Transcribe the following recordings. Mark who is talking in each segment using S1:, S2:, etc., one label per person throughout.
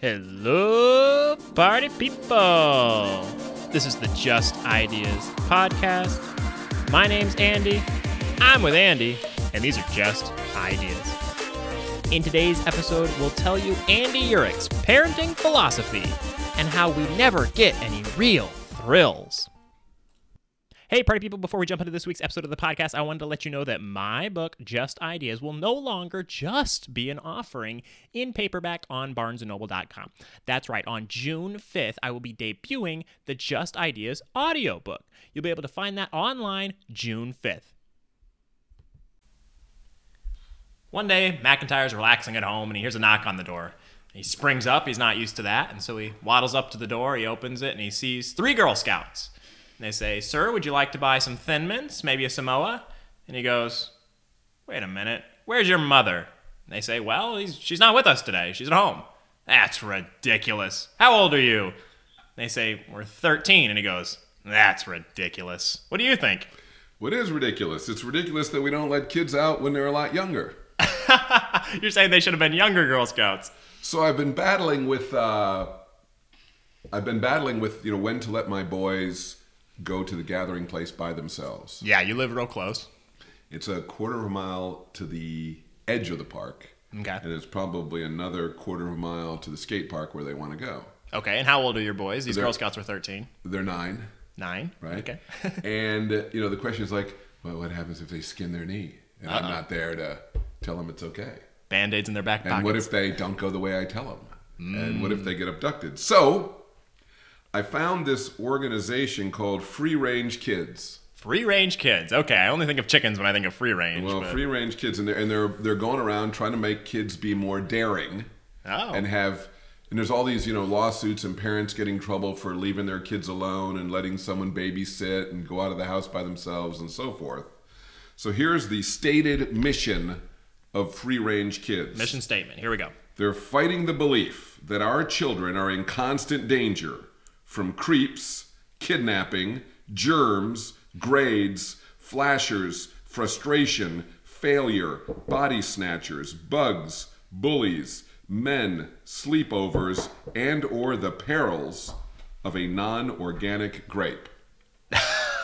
S1: Hello, party people! This is the Just Ideas podcast. My name's Andy. I'm with Andy, and these are just ideas. In today's episode, we'll tell you Andy Urich's parenting philosophy and how we never get any real thrills. Hey, party people, before we jump into this week's episode of the podcast, I wanted to let you know that my book, Just Ideas, will no longer just be an offering in paperback on barnesandnoble.com. That's right, on June 5th, I will be debuting the Just Ideas audiobook. You'll be able to find that online June 5th. One day, McIntyre's relaxing at home and he hears a knock on the door. He springs up, he's not used to that, and so he waddles up to the door, he opens it, and he sees three Girl Scouts. And they say, Sir, would you like to buy some Thin Mints, maybe a Samoa? And he goes, Wait a minute, where's your mother? And they say, Well, he's, she's not with us today, she's at home. That's ridiculous. How old are you? And they say, We're 13. And he goes, That's ridiculous. What do you think?
S2: What is ridiculous? It's ridiculous that we don't let kids out when they're a lot younger.
S1: You're saying they should have been younger Girl Scouts.
S2: So I've been battling with uh, I've been battling with you know when to let my boys go to the gathering place by themselves.
S1: Yeah, you live real close.
S2: It's a quarter of a mile to the edge of the park,
S1: Okay.
S2: and it's probably another quarter of a mile to the skate park where they want to go.
S1: Okay, and how old are your boys? These
S2: They're-
S1: Girl Scouts were 13.
S2: They're nine,
S1: Nine?
S2: right?
S1: Okay.
S2: and uh, you know the question is like, well, what happens if they skin their knee? And I'm not there to tell them it's okay.
S1: Band aids in their back
S2: And
S1: pockets. Mm.
S2: what if they don't go the way I tell them? And what if they get abducted? So I found this organization called Free Range Kids.
S1: free range kids. Okay, I only think of chickens when I think of free range.
S2: Well,
S1: but-
S2: Free Range Kids, and they're, and they're they're going around trying to make kids be more daring
S1: Oh.
S2: and have. And there's all these, you know, lawsuits and parents getting in trouble for leaving their kids alone and letting someone babysit and go out of the house by themselves and so forth. So here's the stated mission of Free Range Kids.
S1: Mission statement. Here we go.
S2: They're fighting the belief that our children are in constant danger from creeps, kidnapping, germs, grades, flashers, frustration, failure, body snatchers, bugs, bullies, men, sleepovers, and or the perils of a non-organic grape.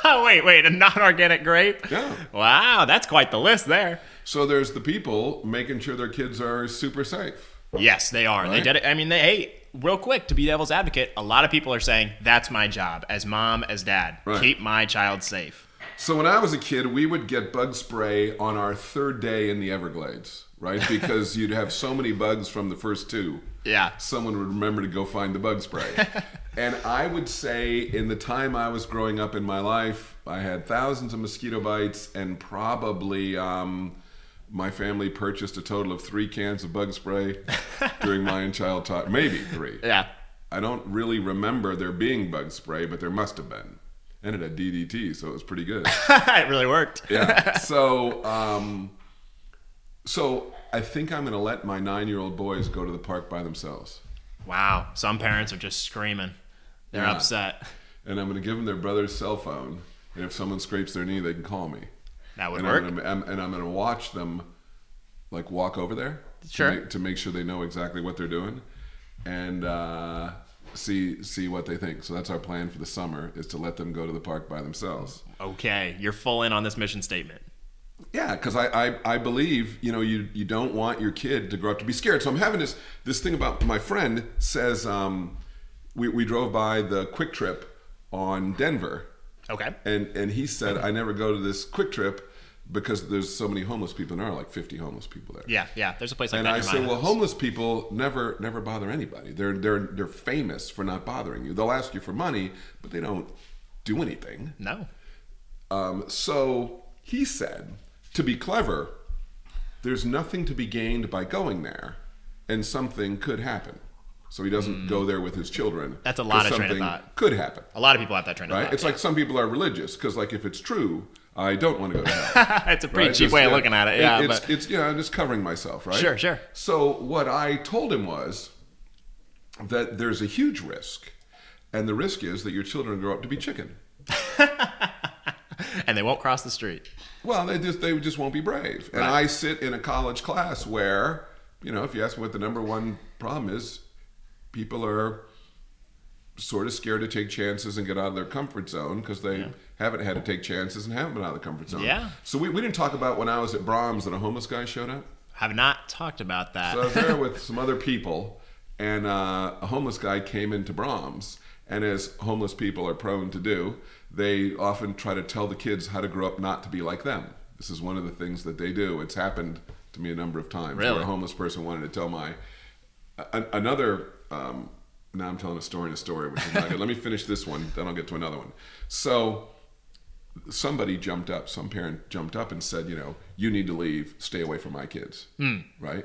S1: Oh, wait, wait, a non organic grape?
S2: Yeah.
S1: Wow, that's quite the list there.
S2: So there's the people making sure their kids are super safe.
S1: Yes, they are. They
S2: Right.
S1: did it. I mean, they, hey, real quick, to be devil's advocate, a lot of people are saying, that's my job as mom, as dad.
S2: Right.
S1: Keep my child safe.
S2: So when I was a kid, we would get bug spray on our third day in the Everglades, right? Because you'd have so many bugs from the first two.
S1: Yeah.
S2: Someone would remember to go find the bug spray. and I would say in the time I was growing up in my life, I had thousands of mosquito bites and probably um, my family purchased a total of three cans of bug spray during my and child time. Maybe three.
S1: Yeah.
S2: I don't really remember there being bug spray, but there must have been. And it had DDT, so it was pretty good
S1: it really worked.
S2: yeah. So, um, so I think I'm going to let my nine-year-old boys go to the park by themselves,
S1: Wow. Some parents are just screaming. They're
S2: Yeah.
S1: upset.
S2: and I'm going to give them their brother's cell phone, and if someone scrapes their knee, they can call me.
S1: That would
S2: And
S1: work.
S2: I'm gonna, I'm, and I'm going to watch them, like walk over there,
S1: Sure.
S2: to make, to make sure they know exactly what they're doing, and uh, see see what they think. So that's our plan for the summer: is to let them go to the park by themselves.
S1: Okay, you're full in on this mission statement.
S2: Yeah, because I, I I believe you know you you don't want your kid to grow up to be scared. So I'm having this this thing about my friend says um, we we drove by the Quick Trip on Denver,
S1: Okay.
S2: and and he said I never go to this Quick Trip because there's so many homeless people, and there are like 50 homeless people there.
S1: Yeah, yeah. There's a place like
S2: And
S1: that.
S2: I
S1: near my
S2: say, well,
S1: house.
S2: homeless people never never bother anybody. They're they're they're famous for not bothering you. They'll ask you for money, but they don't do anything.
S1: No.
S2: Um, so he said, to be clever, there's nothing to be gained by going there, and something could happen. So he doesn't go there with his children.
S1: Hmm. That's a lot
S2: 'cause
S1: of train of
S2: something
S1: thought.
S2: Could happen,
S1: A lot of people have that train of
S2: right?
S1: thought.
S2: It's like some people are religious because, like, if it's true, I don't want to go to hell.
S1: it's a pretty
S2: right?
S1: cheap
S2: Just,
S1: way of
S2: yeah,
S1: looking at it. Yeah,
S2: it's,
S1: but
S2: it's yeah, I'm just covering myself, right?
S1: Sure, sure.
S2: So what I told him was that there's a huge risk, and the risk is that your children grow up to be chicken.
S1: and they won't cross the street.
S2: Well, they just they just won't be brave. And
S1: Right.
S2: I sit in a college class where, you know, if you ask me what the number one problem is, people are sort of scared to take chances and get out of their comfort zone because they haven't had to take chances and haven't been out of the comfort zone.
S3: Yeah.
S2: So we, we didn't talk about when I was at Brahms and a homeless guy showed up.
S1: Have not talked about that.
S2: So I was there with some other people, and uh, a homeless guy came into Brahms. And as homeless people are prone to do, they often try to tell the kids how to grow up not to be like them. This is one of the things that they do. It's happened to me a number of times. Where
S1: Really?
S2: a homeless person wanted to tell my a- another. Um, now I'm telling a story in a story, which is not good. Let me finish this one, then I'll get to another one. So somebody jumped up, some parent jumped up and said, you know, you need to leave, stay away from my kids, right?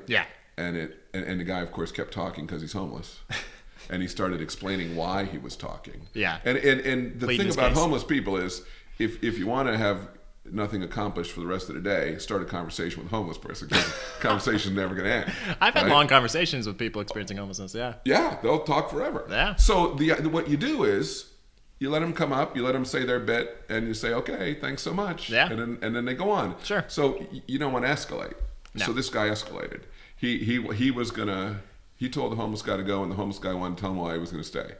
S1: Hmm. Yeah.
S2: And it and, and the guy, of course, kept talking because he's homeless, and he started explaining why he was talking.
S1: Yeah.
S2: And and and the
S1: Pleading
S2: thing
S1: his
S2: about
S1: case.
S2: homeless people is, if if you want to have nothing accomplished for the rest of the day, start a conversation with a homeless person. 'cause conversation's never going to end.
S1: I've had
S2: right?
S1: long conversations with people experiencing homelessness. Yeah.
S2: Yeah, they'll talk forever.
S1: Yeah.
S2: So the what you do is you let them come up, you let them say their bit, and you say, "Okay, thanks so much."
S1: Yeah.
S2: And then and then they go on.
S1: Sure.
S2: So y- you don't want to escalate.
S1: No.
S2: So this guy escalated. He he he was gonna. He told the homeless guy to go, and the homeless guy wanted to tell him why he was gonna stay.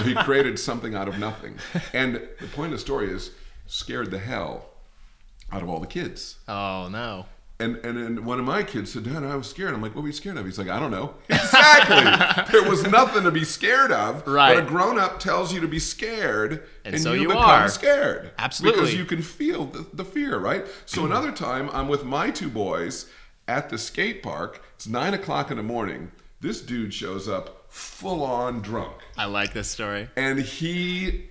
S2: he created something out of nothing. And the point of the story is scared the hell out of all the kids.
S1: Oh no.
S2: And, and and one of my kids said, Dad, I was scared. I'm like, what were you scared of? He's like, I don't know. Exactly. there was nothing to be scared of.
S1: Right.
S2: But a grown up tells you to be scared,
S1: And so you
S2: become
S1: are.
S2: scared.
S1: Absolutely. Mm-hmm.
S2: Because you can feel the, the fear, right? So another time, I'm with my two boys at the skate park. It's nine o'clock in the morning. This dude shows up full on drunk.
S1: I like this story.
S2: And he,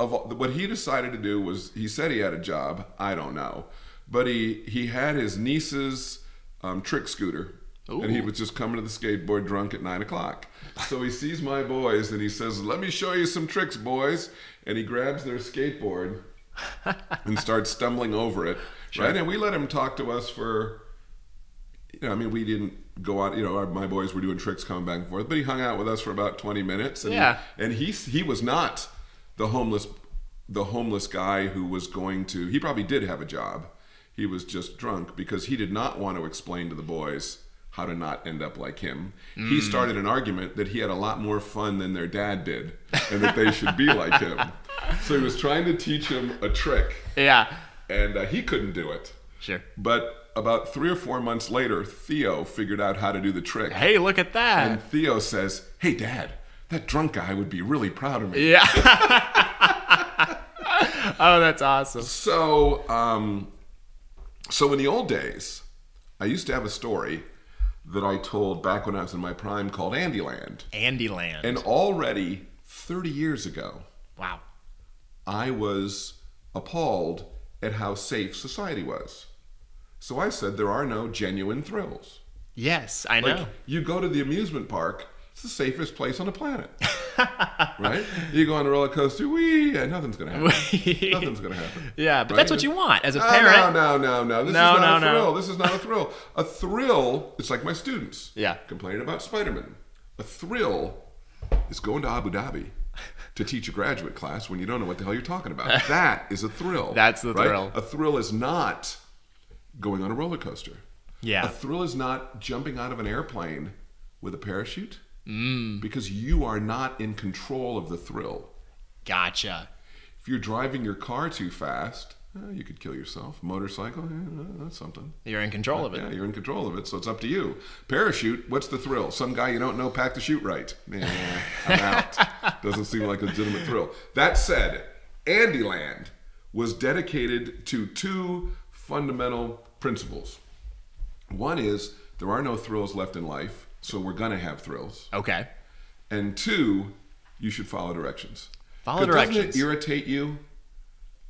S2: of all- what he decided to do was, he said he had a job. I don't know, but he he had his niece's um, trick scooter, and he
S1: Ooh.
S2: was just coming to the skateboard drunk at nine o'clock. So he sees my boys and he says, "Let me show you some tricks, boys." And he grabs their skateboard and starts stumbling over it. Right, and we let him talk to us for you know, I mean, we didn't go out. You know, our, my boys were doing tricks coming back and forth, but he hung out with us for about twenty minutes. And
S1: Yeah.
S2: and he he was not the homeless the homeless guy who was going to. He probably did have a job. He was just drunk because he did not want to explain to the boys how to not end up like him. He started an argument that he had a lot more fun than their dad did, and that they should be like him. So he was trying to teach him a trick,
S1: Yeah.
S2: and uh, he couldn't do it.
S1: Sure.
S2: But about three or four months later, Theo figured out how to do the trick.
S1: Hey, look at that.
S2: And Theo says, Hey, Dad, that drunk guy would be really proud of me.
S1: yeah. oh, that's awesome.
S2: So, um, so in the old days, I used to have a story that I told back when I was in my prime called Andyland.
S1: Andy Land.
S2: And already 30 years ago,
S1: wow.
S2: I was appalled at how safe society was. So I said, There are no genuine thrills.
S1: Yes, I
S2: Like
S1: know.
S2: you go to the amusement park, it's the safest place on the planet, right? You go on a roller coaster, wee, and nothing's gonna happen.
S1: Wee.
S2: nothing's gonna happen.
S1: yeah, but
S2: Right?
S1: that's what you want as a
S2: Oh,
S1: parent.
S2: no, no, no, no. This
S1: No,
S2: is not
S1: no,
S2: a
S1: no.
S2: thrill. This is not a thrill. A thrill. It's like my students.
S1: Yeah.
S2: Complaining about Spider-Man. A thrill is going to Abu Dhabi to teach a graduate class when you don't know what the hell you're talking about. That is a thrill.
S1: That's the
S2: right?
S1: thrill.
S2: A thrill is not going on a roller coaster.
S1: Yeah.
S2: A thrill is not jumping out of an airplane with a parachute because you are not in control of the thrill.
S1: Gotcha.
S2: If you're driving your car too fast, eh, you could kill yourself. Motorcycle, eh, eh, that's something.
S1: You're in control of it.
S2: Yeah, you're in control of it, so it's up to you. Parachute, what's the thrill? Some guy you don't know packed the chute right. Nah, I'm out. Doesn't seem like a legitimate thrill. That said, Andyland was dedicated to two fundamental principles. One is there are no thrills left in life, so we're going to have thrills.
S1: Okay.
S2: And two, you should follow directions.
S1: Follow
S2: 'Cause
S1: directions.
S2: Doesn't it irritate you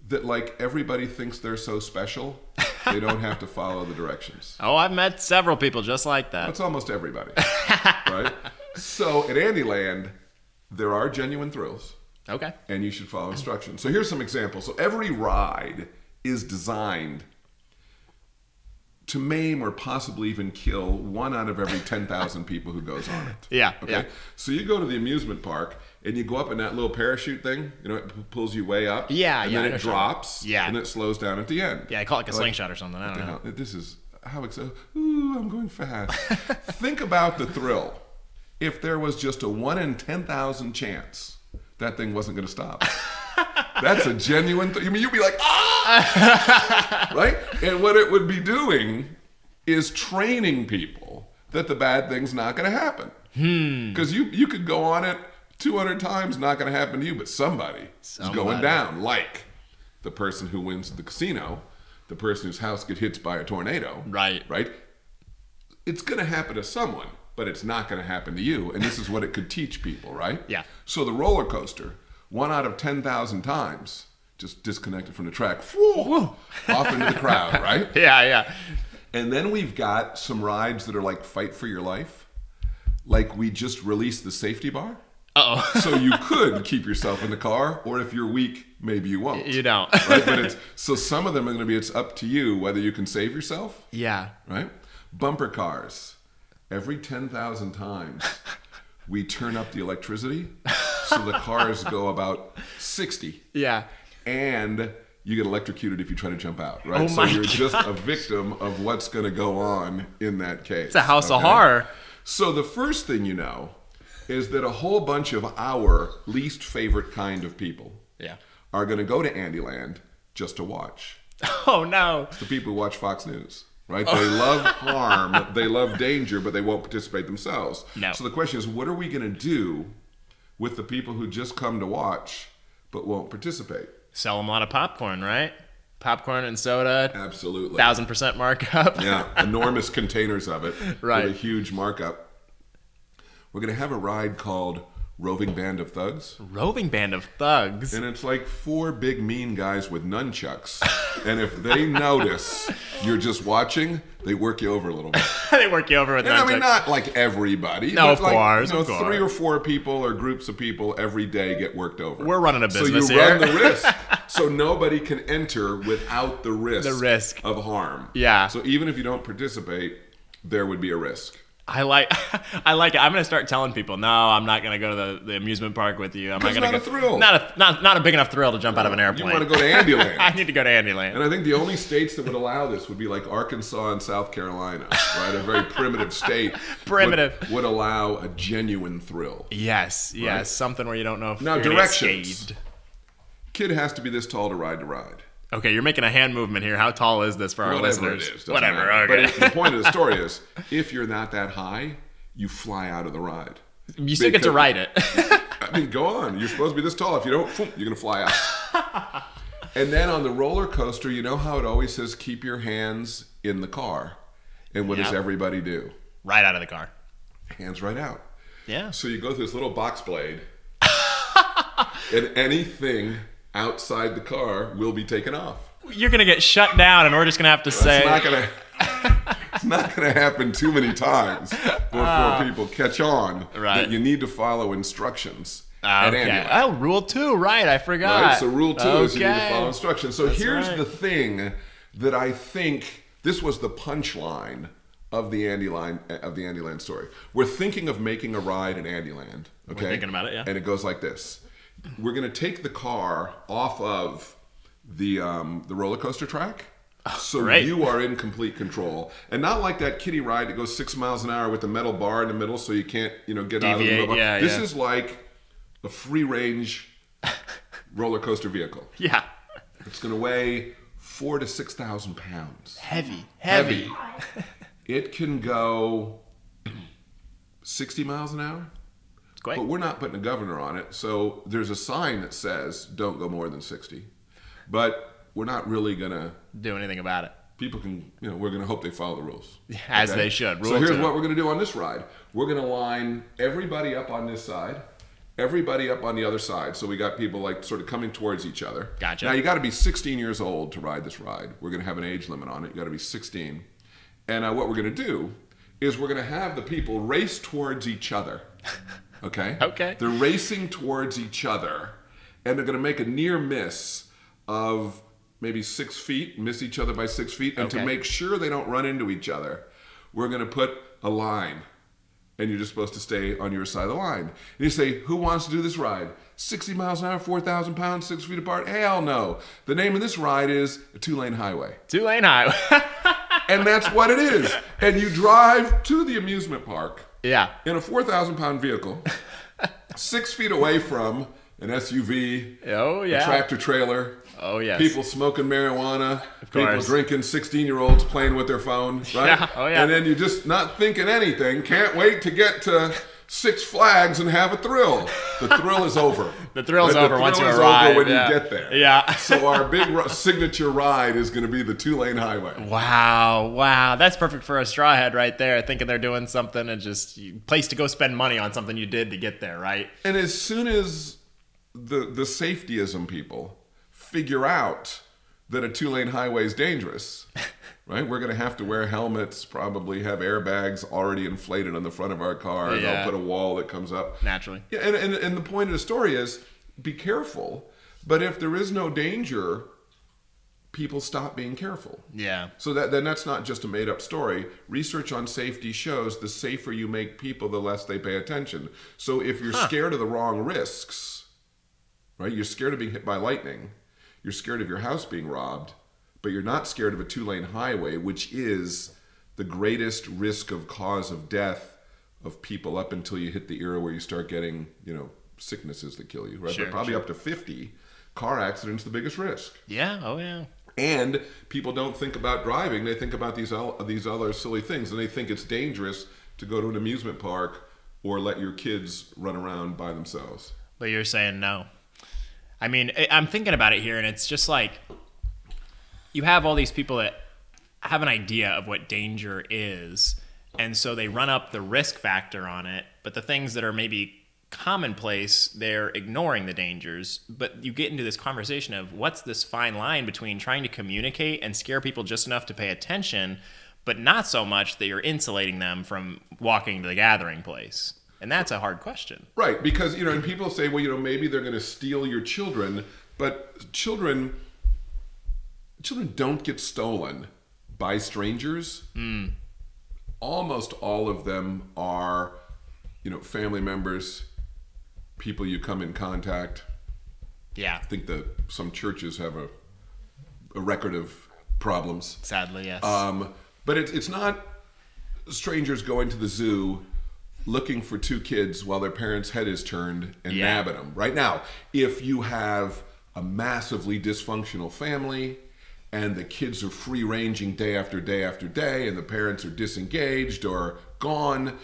S2: that like everybody thinks they're so special, they don't have to follow the directions?
S1: Oh, I've met several people just like that.
S2: That's almost everybody, right? So at Andyland, there are genuine thrills,
S1: Okay.
S2: and you should follow instructions. So here's some examples. So every ride is designed to maim or possibly even kill one out of every 10,000 people who goes on it.
S1: Yeah,
S2: Okay.
S1: yeah.
S2: So you go to the amusement park and you go up in that little parachute thing. You know, it p- pulls you way up.
S1: Yeah,
S2: And
S1: yeah, I
S2: then
S1: know
S2: it
S1: what you're
S2: drops.
S1: talking about.
S2: And
S1: Yeah.
S2: then it slows down at the end.
S1: Yeah, I call it like a slingshot or something. I don't know.
S2: Now, this is how exciting. Ooh, I'm going fast. Think about the thrill. if there was just a one in 10,000 chance that thing wasn't going to stop. That's a genuine thing. I mean, you'd be like, ah! right? And what it would be doing is training people that the bad thing's not going to happen.
S1: Hmm.
S2: Because you, you could go on it 200 times, not going to happen to you, but somebody is going
S1: Somebody.
S2: down. Like the person who wins the casino, the person whose house gets hit by a tornado.
S1: Right.
S2: Right? It's going to happen to someone, but it's not going to happen to you. And this is what it could teach people, right?
S1: Yeah.
S2: So the roller coaster, one out of 10,000 times, just disconnected from the track, whoo, off into the crowd, right?
S1: Yeah, yeah.
S2: And then we've got some rides that are like fight for your life. Like we just released the safety bar.
S1: Uh oh.
S2: So you could keep yourself in the car, or if you're weak, maybe you won't.
S1: you don't.
S2: right? But it's so some of them are going to be it's up to you whether you can save yourself,
S1: yeah.
S2: right? Bumper cars. Every 10,000 times we turn up the electricity so the cars go about 60
S1: Yeah.
S2: and you get electrocuted if you try to jump out, right?
S1: Oh
S2: so
S1: my
S2: you're just a victim of what's going to go on in that case.
S1: It's a house of horror.
S2: So the first thing you know is that a whole bunch of our least favorite kind of people
S1: Yeah.
S2: are going to go to Andyland just to watch.
S1: Oh no.
S2: It's the people who watch Fox News, right?
S1: Oh.
S2: They love harm, they love danger, but they won't participate themselves.
S1: No.
S2: So the question is, what are we going to do with the people who just come to watch but won't participate?
S1: Sell them a lot of popcorn, right? Popcorn and soda,
S2: Absolutely.
S1: thousand percent markup.
S2: yeah, enormous containers of it.
S1: Right.
S2: With a huge markup. We're going to have a ride called Roving Band of Thugs.
S1: Roving band of thugs.
S2: And it's like four big mean guys with nunchucks. and if they notice you're just watching, they work you over a little bit.
S1: they work you over with
S2: And I mean, uh,
S1: nunchucks.
S2: not like everybody.
S1: No,
S2: but
S1: of
S2: like,
S1: course,
S2: you know,
S1: of course.
S2: Three or four people or groups of people every day get worked over.
S1: We're running a business
S2: so you
S1: here.
S2: run the risk. so nobody can enter without the risk.
S1: The risk.
S2: of harm.
S1: Yeah.
S2: So even if you don't participate, there would be a risk.
S1: I like, I like it. I'm gonna start telling people, no, I'm not gonna go to the, the amusement park with you. I'm not
S2: 'Cause
S1: gonna
S2: not
S1: go.
S2: a thrill.
S1: Not a not not a big enough thrill to jump out of an
S2: You
S1: airplane.
S2: want to go to Andyland.
S1: I need to go to Andyland.
S2: And I think the only states that would allow this would be like Arkansas and South Carolina, right? A very primitive state. would-
S1: Primitive.
S2: Would, allow a genuine thrill.
S1: Yes, yes,
S2: Right.
S1: something where you don't know if
S2: Now,
S1: you're gonna get
S2: directions.
S1: scathed.
S2: Kid has to be this tall to ride to ride.
S1: Okay, you're making a hand movement here. How tall is this for our
S2: Whatever
S1: listeners?
S2: it is. doesn't
S1: Whatever.
S2: matter. But
S1: Okay.
S2: it- the point of the story is if you're not that high, you fly out of the ride.
S1: you still get to
S2: because-
S1: ride it.
S2: I mean, go on. You're supposed to be this tall. If you don't, phoom, you're going to fly out. and then on the roller coaster, you know how it always says, keep your hands in the car. And what does
S1: Yeah.
S2: everybody do?
S1: right out of the car.
S2: Hands right out.
S1: Yeah.
S2: So you go through this little box blade, and anything outside the car will be taken off.
S1: You're gonna get shut down, and we're just gonna have to say,
S2: It's not gonna. it's not gonna happen too many times before people catch on
S1: Ah. Right.
S2: that you need to follow instructions. at
S1: Okay.
S2: Ambulance.
S1: Oh, rule two, right? I forgot.
S2: Right? So rule two is you need to
S1: Okay.
S2: follow instructions. So here's
S1: right.
S2: the thing that I think this was the punchline of the Andy line of the Andy Land story. We're thinking of making a ride in Andy Land. Okay.
S1: thinking about it, yeah.
S2: And it goes like this. We're gonna take the car off of the um, the roller coaster track. So
S1: Ah, great.
S2: you are in complete control, and not like that kiddie ride that goes six miles an hour with the metal bar in the middle, so you can't, you know, get out of the
S1: Deviate,
S2: middle. bar.
S1: yeah,
S2: this
S1: yeah.
S2: is like a free range roller coaster vehicle.
S1: Yeah.
S2: It's going to weigh four to six thousand pounds.
S1: Heavy.
S2: Heavy. It can go sixty miles an hour,
S1: It's great.
S2: but we're not putting a governor on it. So there's a sign that says don't go more than sixty, but we're not really going to.
S1: Do anything about it.
S2: People can, you know, we're going to hope they follow the rules.
S1: As they should.
S2: so
S1: Rule
S2: here's
S1: two.
S2: what we're going to do on this ride. We're going to line everybody up on this side, everybody up on the other side. So we got people like sort of coming towards each other.
S1: Gotcha.
S2: Now you got to be 16 years old to ride this ride. We're going to have an age limit on it. You got to be 16. And uh, what we're going to do is we're going to have the people race towards each other. Okay?
S1: Okay.
S2: They're racing towards each other and they're going to make a near miss of maybe six feet, miss each other by six feet. And to
S1: Okay.
S2: make sure they don't run into each other, we're going to put a line and you're just supposed to stay on your side of the line. And you say, Who wants to do this ride? 60 miles an hour, 4,000 pounds, six feet apart? Hell no. The name of this ride is a two lane highway.
S1: Two lane highway.
S2: And that's what it is. And you drive to the amusement park
S1: Yeah.
S2: in a 4,000 pound vehicle, six feet away from an SUV,
S1: Oh
S2: a
S1: yeah.
S2: tractor trailer,
S1: Oh yes.
S2: people smoking marijuana, people
S1: course.
S2: drinking, 16 year olds playing with their phone, right?
S1: Yeah, oh, yeah.
S2: And then you're just not thinking anything, can't wait to get to Six Flags and have a thrill. The thrill is over.
S1: The thrill's
S2: But the
S1: over once
S2: thrill
S1: you
S2: is
S1: arrive.
S2: over when
S1: yeah.
S2: you get there.
S1: Yeah.
S2: So our big ri- signature ride is going to be the two lane highway.
S1: Wow, wow, that's perfect for a straw hat right there. Thinking they're doing something and just you- place to go spend money on something you did to get there, right?
S2: And as soon as the the safetyism people figure out that a two lane highway is dangerous, right? We're going to have to wear helmets, probably have airbags already inflated on the front of our car.
S1: Yeah.
S2: They'll put a wall that comes up.
S1: Naturally.
S2: Yeah, and, and, and the point of the story is be careful, but if there is no danger, people stop being careful.
S1: Yeah.
S2: So that then that's not just a made up story. Research on safety shows the safer you make people, the less they pay attention. So if you're scared of the wrong risks, right? You're scared of being hit by lightning. You're scared of your house being robbed, but you're not scared of a two lane highway, which is the greatest risk of cause of death of people up until you hit the era where you start getting, you know, sicknesses that kill you, right?
S1: Sure,
S2: but probably up to 50, car accidents the biggest risk.
S1: Yeah, oh yeah.
S2: And people don't think about driving; they think about these el- these other silly things, and they think it's dangerous to go to an amusement park or let your kids run around by themselves.
S1: But you're saying no. I mean, I- I'm thinking about it here, and it's just like you have all these people that have an idea of what danger is, and so they run up the risk factor on it. But the things that are maybe commonplace, they're ignoring the dangers. But you get into this conversation of what's this fine line between trying to communicate and scare people just enough to pay attention, but not so much that you're insulating them from walking to the gathering place. And that's a hard question.
S2: Right, because you know, and people say, well, you know, maybe they're going to steal your children, but children children don't get stolen by strangers. Almost all of them are, you know, family members, people you come in contact.
S1: Yeah.
S2: I think that some churches have a, a record of problems.
S1: Sadly, yes.
S2: Um, but it's it's not strangers going to the zoo looking for two kids while their parents' head is turned and
S1: Yeah.
S2: nabbing them. Right now, if you have a massively dysfunctional family and the kids are free ranging day after day after day and the parents are disengaged or gone,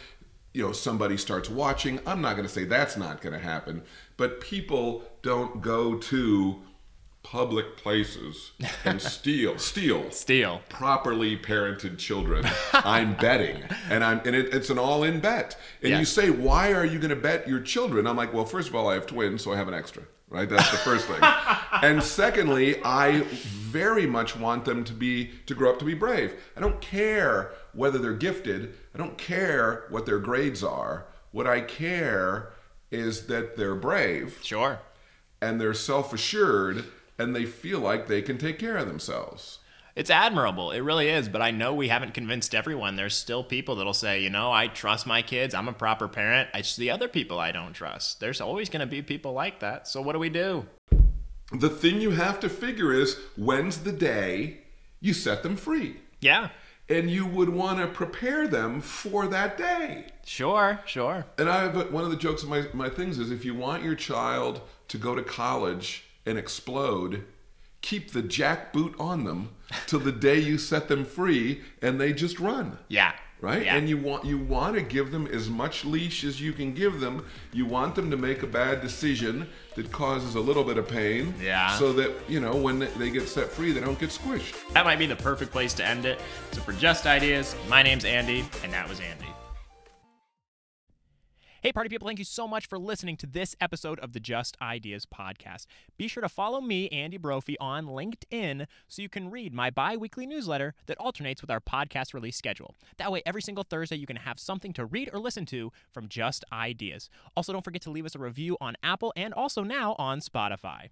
S2: you know, somebody starts watching. I'm not going to say that's not going to happen, but people don't go to public places and steal steal
S1: Steal.
S2: properly parented children. I'm betting, and I'm and it, it's an all-in bet. And
S1: Yeah.
S2: you say, why are you going to bet your children? I'm like, well, first of all, I have twins, so I have an extra. Right, that's the first thing. and secondly, I very much want them to be to grow up to be brave. I don't care whether they're gifted. I don't care what their grades are. What I care is that they're brave
S1: Sure.
S2: and they're self-assured and they feel like they can take care of themselves.
S1: It's admirable. It really is. But I know we haven't convinced everyone. There's still people that'll say, you know, I trust my kids. I'm a proper parent. It's the other people I don't trust. There's always going to be people like that. So what do we do?
S2: The thing you have to figure is when's the day you set them free?
S1: Yeah.
S2: And you would want to prepare them for that day.
S1: Sure. Sure.
S2: And I have one of the jokes of my, my things is if you want your child to go to college and explode, keep the jackboot on them till the day you set them free and they just run
S1: Yeah.
S2: right
S1: Yeah.
S2: and you want you want to give them as much leash as you can give them you want them to make a bad decision that causes a little bit of pain
S1: Yeah.
S2: so that you know when they get set free they don't get squished
S1: that might be the perfect place to end it. So for Just Ideas, my name's Andy, and that was Andy. Hey, party people, thank you so much for listening to this episode of the Just Ideas podcast. Be sure to follow me, Andy Brophy, on LinkedIn so you can read my bi weekly newsletter that alternates with our podcast release schedule. That way, every single Thursday, you can have something to read or listen to from Just Ideas. Also, don't forget to leave us a review on Apple and also now on Spotify.